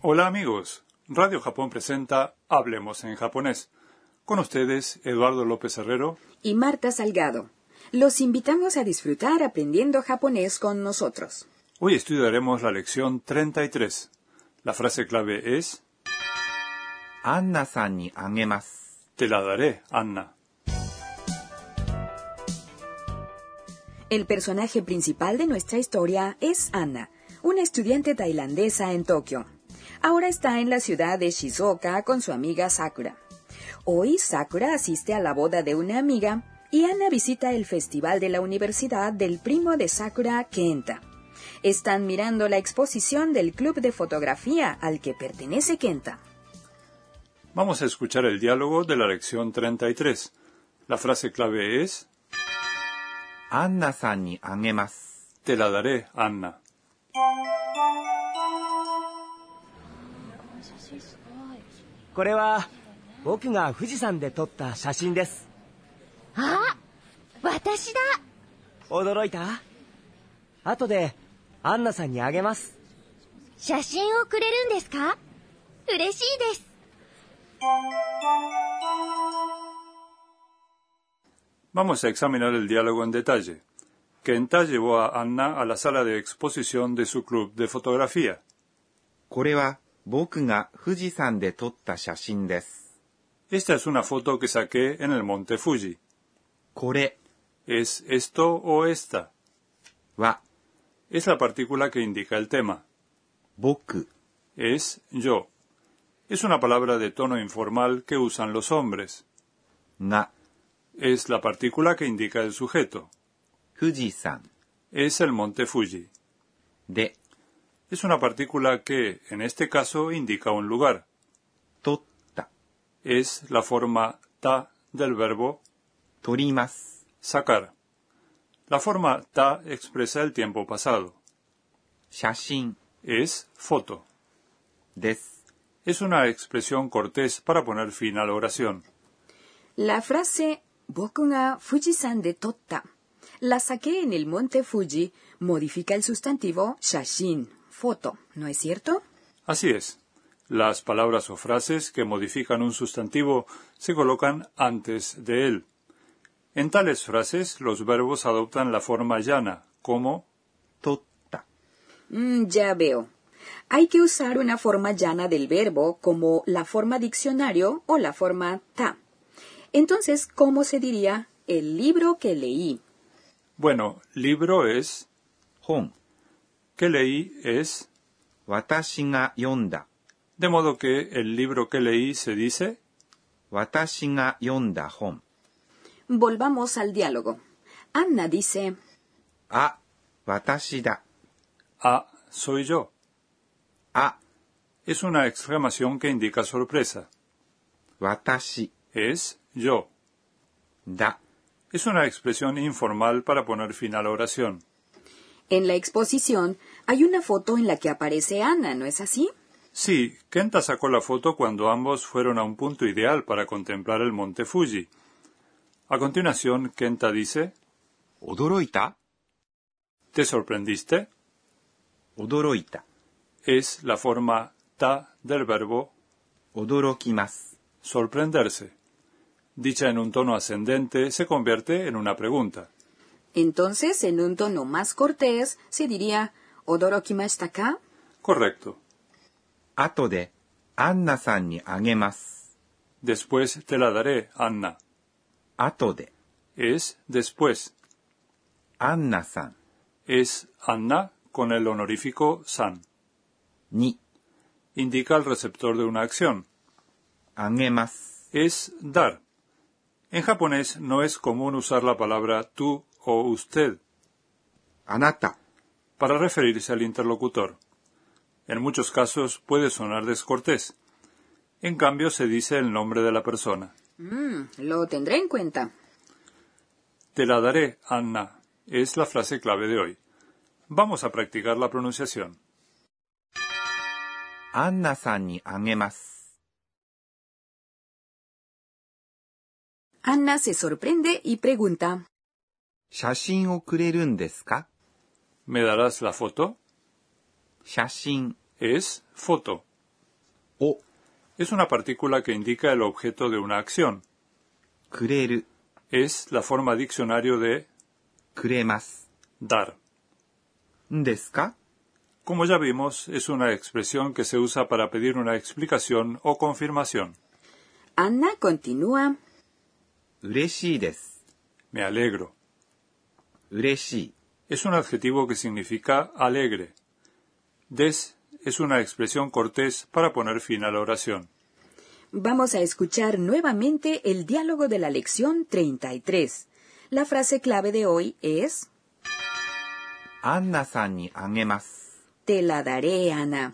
Hola amigos, Radio Japón presenta Hablemos en japonés. Con ustedes, Eduardo López Herrero. y Marta Salgado. Los invitamos a disfrutar aprendiendo japonés con nosotros. Hoy estudiaremos la lección 33. La frase clave es アンナさんにあげます。 Te la daré, Anna. El personaje principal de nuestra historia es Anna, una estudiante tailandesa en Tokio. Ahora está en la ciudad de Shizuoka con su amiga Sakura. Hoy Sakura asiste a la boda de una amiga y Anna visita el festival de la universidad del primo de Sakura, Kenta. Están mirando la exposición del club de fotografía al que pertenece Kenta. Vamos a escuchar el diálogo de la lección 33. La frase clave es アンナさんにあげます。 Te la daré, Anna. これは僕が富士山で撮った写真ですあ私だ驚いた後でアンナさんにあげます写真をくれるんですか嬉しいです Vamos a examinar el diálogo en detalle. Kenta llevó a Anna a la sala de exposición de su club de fotografía. これは僕が富士山で撮った写真です。 Esta es una foto que saqué en el monte Fuji. これ ¿Es esto o esta? は Es la partícula que indica el tema. 僕 Es yo. Es una palabra de tono informal que usan los hombres. が Es la partícula que indica el sujeto. 富士山 Es el monte Fuji. で Es una partícula que, en este caso, indica un lugar. 撮った、 Es la forma ta del verbo 撮ります。 sacar. La forma ta expresa el tiempo pasado. 写真 Es foto. です。 Es una expresión cortés para poner fin a la oración. La frase Boku ga Fujisan de Totta, la saqué en el monte Fuji, modifica el sustantivo shashin, foto, ¿no es cierto? Así es. Las palabras o frases que modifican un sustantivo se colocan antes de él. En tales frases, los verbos adoptan la forma llana, como 撮った、 Mm, ya veo. Hay que usar una forma llana del verbo como la forma diccionario o la forma ta. Entonces, ¿cómo se diría el libro que leí? bueno, libro es, 本、 que leí es, 私が読んだ、 de modo que el libro que leí se dice, 私が読んだ本。 Volvamos al diálogo. Anna dice, あ、私だ、 ah, soy yo. あ、 Es una exclamación que indica sorpresa. 私 Es yo. だ、 Es una expresión informal para poner fin a la oración. en la exposición hay una foto en la que aparece Anna, ¿no es así? Sí, Kenta sacó la foto cuando ambos fueron a un punto ideal para contemplar el monte Fuji. A continuación, Kenta dice, 驚いた ¿te sorprendiste? 驚いた、 Es la forma ta del verbo 驚きます。 sorprenderse. Dicha en un tono ascendente, se convierte en una pregunta. Entonces, en un tono más cortés, se diría Odorokimashita ka? Correcto. 後で、アンナさんにあげます。 Después te la daré, Anna. 後で、 Es después. アンナさん Es Anna con el honorífico san. に Indica el receptor de una acción. あげます。 es dar. En japonés no es común usar la palabra tú o usted あなた、 para referirse al interlocutor. En muchos casos puede sonar descortés. En cambio se dice el nombre de la persona. Mm, Lo tendré en cuenta. Te la daré, Anna, es la frase clave de hoy. Vamos a practicar la pronunciación. アンナさんにあげます。 Anna se sorprende y pregunta. 写真をくれるんですか ¿Me darás la foto? 写真 Es foto. es una partícula que indica el objeto de una acción. くれる、 Es la forma diccionario de くれます。 dar. んですか Como ya vimos, es una expresión que se usa para pedir una explicación o confirmación. Anna continúa. 嬉しいです。 Me alegro. 嬉しい。 Es un adjetivo que significa alegre. Des es una expresión cortés para poner fin a la oración. Vamos a escuchar nuevamente el diálogo de la lección 33. La frase clave de hoy es アンナさんにあげます。 Te la daré, Ana.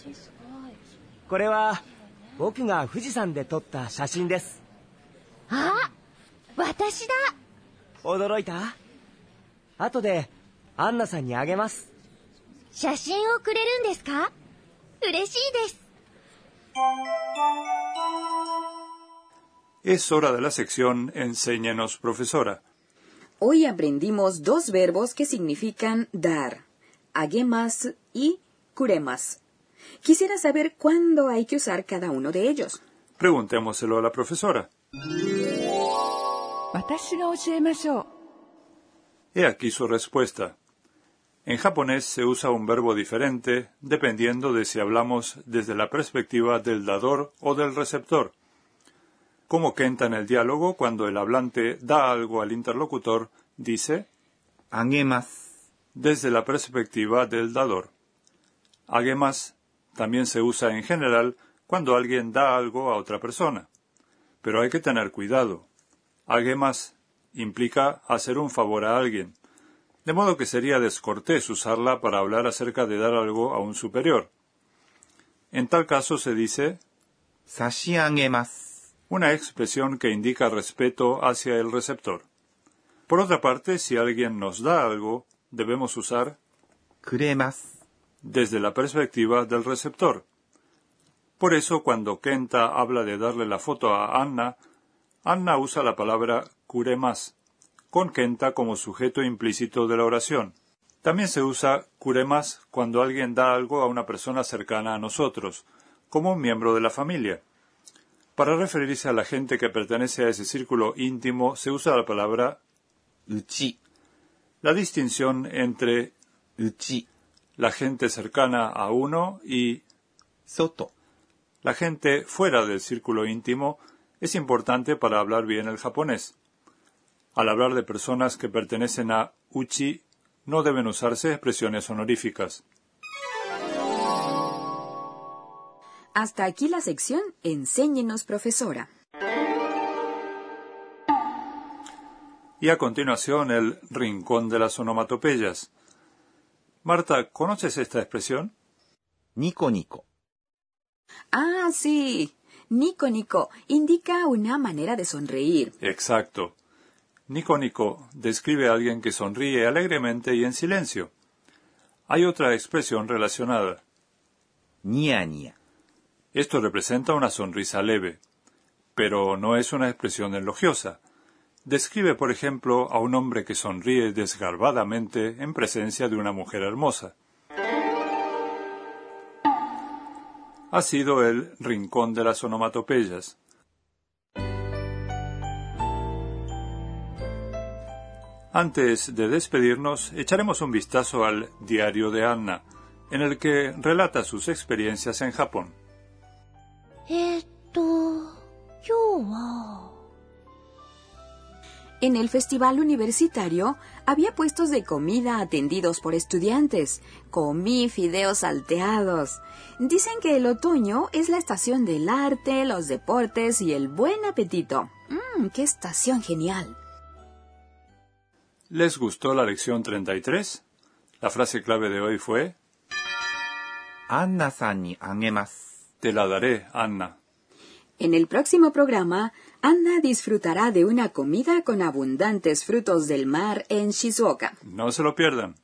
「これは僕が富士山で撮った写真ですあ私だ驚いた後でアンナさんにあげます写真をくれるんですか嬉しいです。 Es hora de la sección Enséñenos, profesora. Hoy aprendimos dos verbos que significan dar, agemas y kuremas. Quisiera saber cuándo hay que usar cada uno de ellos. Preguntémoselo a la profesora. 私が教えましょう He aquí su respuesta. En japonés se usa un verbo diferente dependiendo de si hablamos desde la perspectiva del dador o del receptor. Como Kenta en el diálogo, cuando el hablante da algo al interlocutor, dice あげます。 desde la perspectiva del dador. Además, también se usa en general cuando alguien da algo a otra persona. Pero hay que tener cuidado. Además implica hacer un favor a alguien, de modo que sería descortés usarla para hablar acerca de dar algo a un superior. En tal caso se dice 差し上げます。 una expresión que indica respeto hacia el receptor. Por otra parte, si alguien nos da algo, debemos usar くれます。 desde la perspectiva del receptor. Por eso, cuando Kenta habla de darle la foto a Anna, Anna usa la palabra kuremas, con Kenta como sujeto implícito de la oración. También se usa kuremas cuando alguien da algo a una persona cercana a nosotros, como un miembro de la familia. Para referirse a la gente que pertenece a ese círculo íntimo, se usa la palabra うち、 la distinción entre うち、 la gente cercana a uno y 外、 La gente fuera del círculo íntimo es importante para hablar bien el japonés. Al hablar de personas que pertenecen a Uchi, no deben usarse expresiones honoríficas. Hasta aquí la sección Enséñenos, profesora. Y a continuación el rincón de las onomatopeyas. Marta, ¿conoces esta expresión? ニコニコ、 Ah, sí. Nico Nico indica una manera de sonreír. Exacto. Nico Nico describe a alguien que sonríe alegremente y en silencio. Hay otra expresión relacionada. ニヤニヤ、 Esto representa una sonrisa leve, pero no es una expresión elogiosa. Describe, por ejemplo, a un hombre que sonríe desgarbadamente en presencia de una mujer hermosa. Ha sido el rincón de las onomatopeyas. Antes de despedirnos, echaremos un vistazo al diario de Anna, en el que relata sus experiencias en Japón. えーっと、今日は、 En el festival universitario había puestos de comida atendidos por estudiantes. Comí fideos salteados. Dicen que el otoño es la estación del arte, los deportes y el buen apetito. ¡Mmm, qué estación genial! ¿Les gustó la lección 33? La frase clave de hoy fue アンナさんにあげます。 Te la daré, Anna. En el próximo programa, Anna disfrutará de una comida con abundantes frutos del mar en Shizuoka. No se lo pierdan.